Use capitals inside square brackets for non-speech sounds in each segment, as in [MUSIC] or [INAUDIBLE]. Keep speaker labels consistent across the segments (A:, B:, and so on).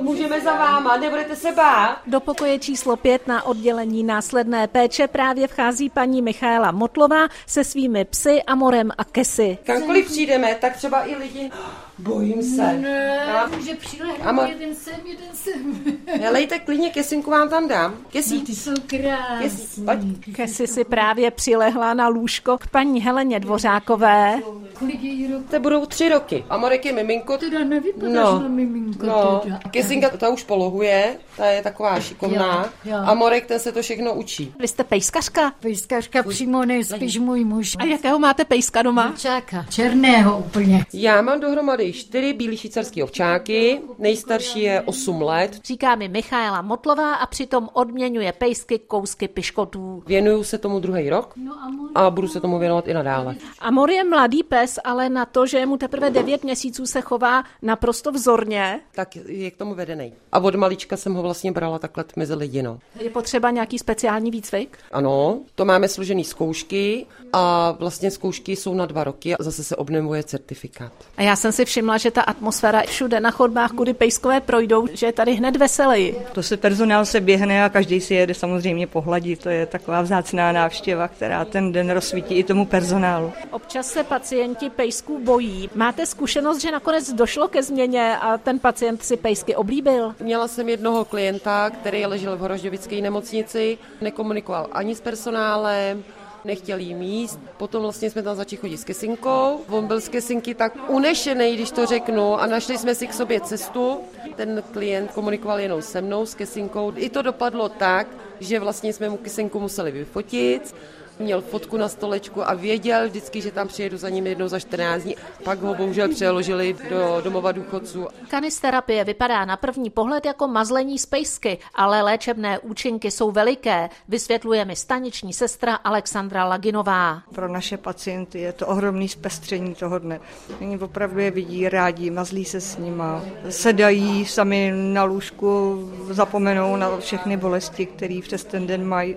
A: Můžeme za váma, nebudete se bát.
B: Do pokoje číslo 5 na oddělení následné péče právě vchází paní Michaela Motlová se svými psy Amorem a Kesy.
A: Kamkoliv přijdeme, tak třeba i lidi... Bojím se.
C: Ne,
A: Já-
C: může přilehnout
A: Ama-
C: jeden sem, jeden sem. [LAUGHS]
A: Helejte, klidně kesinku vám tam dám. Kesí,
C: Ty jsou
A: Kesí,
C: krásní.
A: pojď.
B: Kesy si právě přilehla na lůžko k paní Heleně Dvořákové.
C: Kolik je jí roku?
A: Te budou tři roky. A Morek je miminko.
C: Teda nevypadáš
A: No.
C: na miminko.
A: No,
C: Teda.
A: Kesinka ta už polohuje, ta je taková šikovná.
C: Jo, jo.
A: A Morek ten se to všechno učí.
B: Vy jste pejskařka?
C: Pejskařka přímo nejspíš můj muž.
B: A jakého máte pejska doma?
C: Čáka. Černého úplně.
A: Já mám dohromady čtyři bílí švýcarský ovčáky, nejstarší je 8 let.
B: Říká mi Michaela Motlová a přitom odměňuje pejsky kousky piškotů.
A: Věnuju se tomu druhý rok
C: No a můj
A: a budu se tomu věnovat i nadále.
B: Amor je mladý pes, ale na to, že je mu teprve 9 měsíců se chová naprosto vzorně,
A: Tak je k tomu vedený. A od malička jsem ho vlastně brala takhle mezi lidi, no.
B: je potřeba nějaký speciální výcvik.
A: Ano, to máme složený zkoušky a vlastně zkoušky jsou na dva roky a zase se obnovuje certifikát.
B: A já jsem si všimla, že ta atmosféra všude na chodbách, kudy pejskové projdou, že je tady hned veseleji.
D: To se personál se běhne a každý si jede samozřejmě pohladit. To je taková vzácná návštěva, která ten den rozsvítí i tomu personálu.
B: Občas se pacienti pejsků bojí. Máte zkušenost, že nakonec došlo ke změně a ten pacient si pejsky oblíbil?
A: Měla jsem jednoho klienta, který ležel v Horožďovické nemocnici, nekomunikoval ani s personálem, nechtěl jí míst. Potom vlastně jsme tam začali chodit s Kesinkou. On byl z Kesinky tak unešený, když to řeknu, a našli jsme si k sobě cestu. Ten klient komunikoval jenom se mnou, s Kesinkou. I to dopadlo tak, že vlastně jsme mu Kesinku museli vyfotit. Měl fotku na stolečku a věděl vždycky, že tam přijedu za ním jednou za 14 dní. Pak ho bohužel přeložili do domova důchodců.
B: Kanisterapie vypadá na první pohled jako mazlení z pejsky, ale léčebné účinky jsou veliké, vysvětluje mi staniční sestra Alexandra Laginová.
D: Pro naše pacienty je to ohromný zpestření toho dne. Oni opravdu je vidí rádi, mazlí se s nima, sedají sami na lůžku, zapomenou na všechny bolesti, které přes ten den mají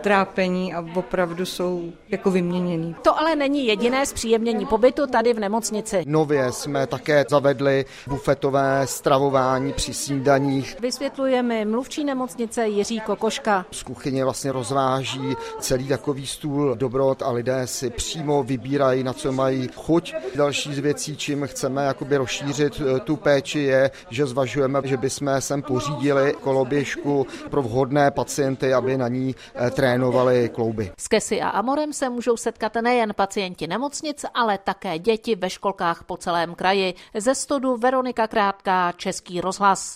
D: trápení a opravdu jsou jako vyměněný.
B: To ale není jediné zpříjemnění pobytu tady v nemocnici.
E: Nově jsme také zavedli bufetové stravování při snídaních.
B: Vysvětluje mi mluvčí nemocnice Jiří Kokoška.
E: Z kuchyně vlastně rozváží celý takový stůl dobrot a lidé si přímo vybírají, na co mají chuť. Další z věcí, čím chceme jakoby rozšířit eh, tu péči, je, že zvažujeme, že bychom sem pořídili koloběžku pro vhodné pacienty, aby na ní eh, trénovali klouby.
B: S Kesy a Amorem se můžou setkat nejen pacienti nemocnic, ale také děti ve školkách po celém kraji. Ze stodu Veronika Krátká, Český rozhlas.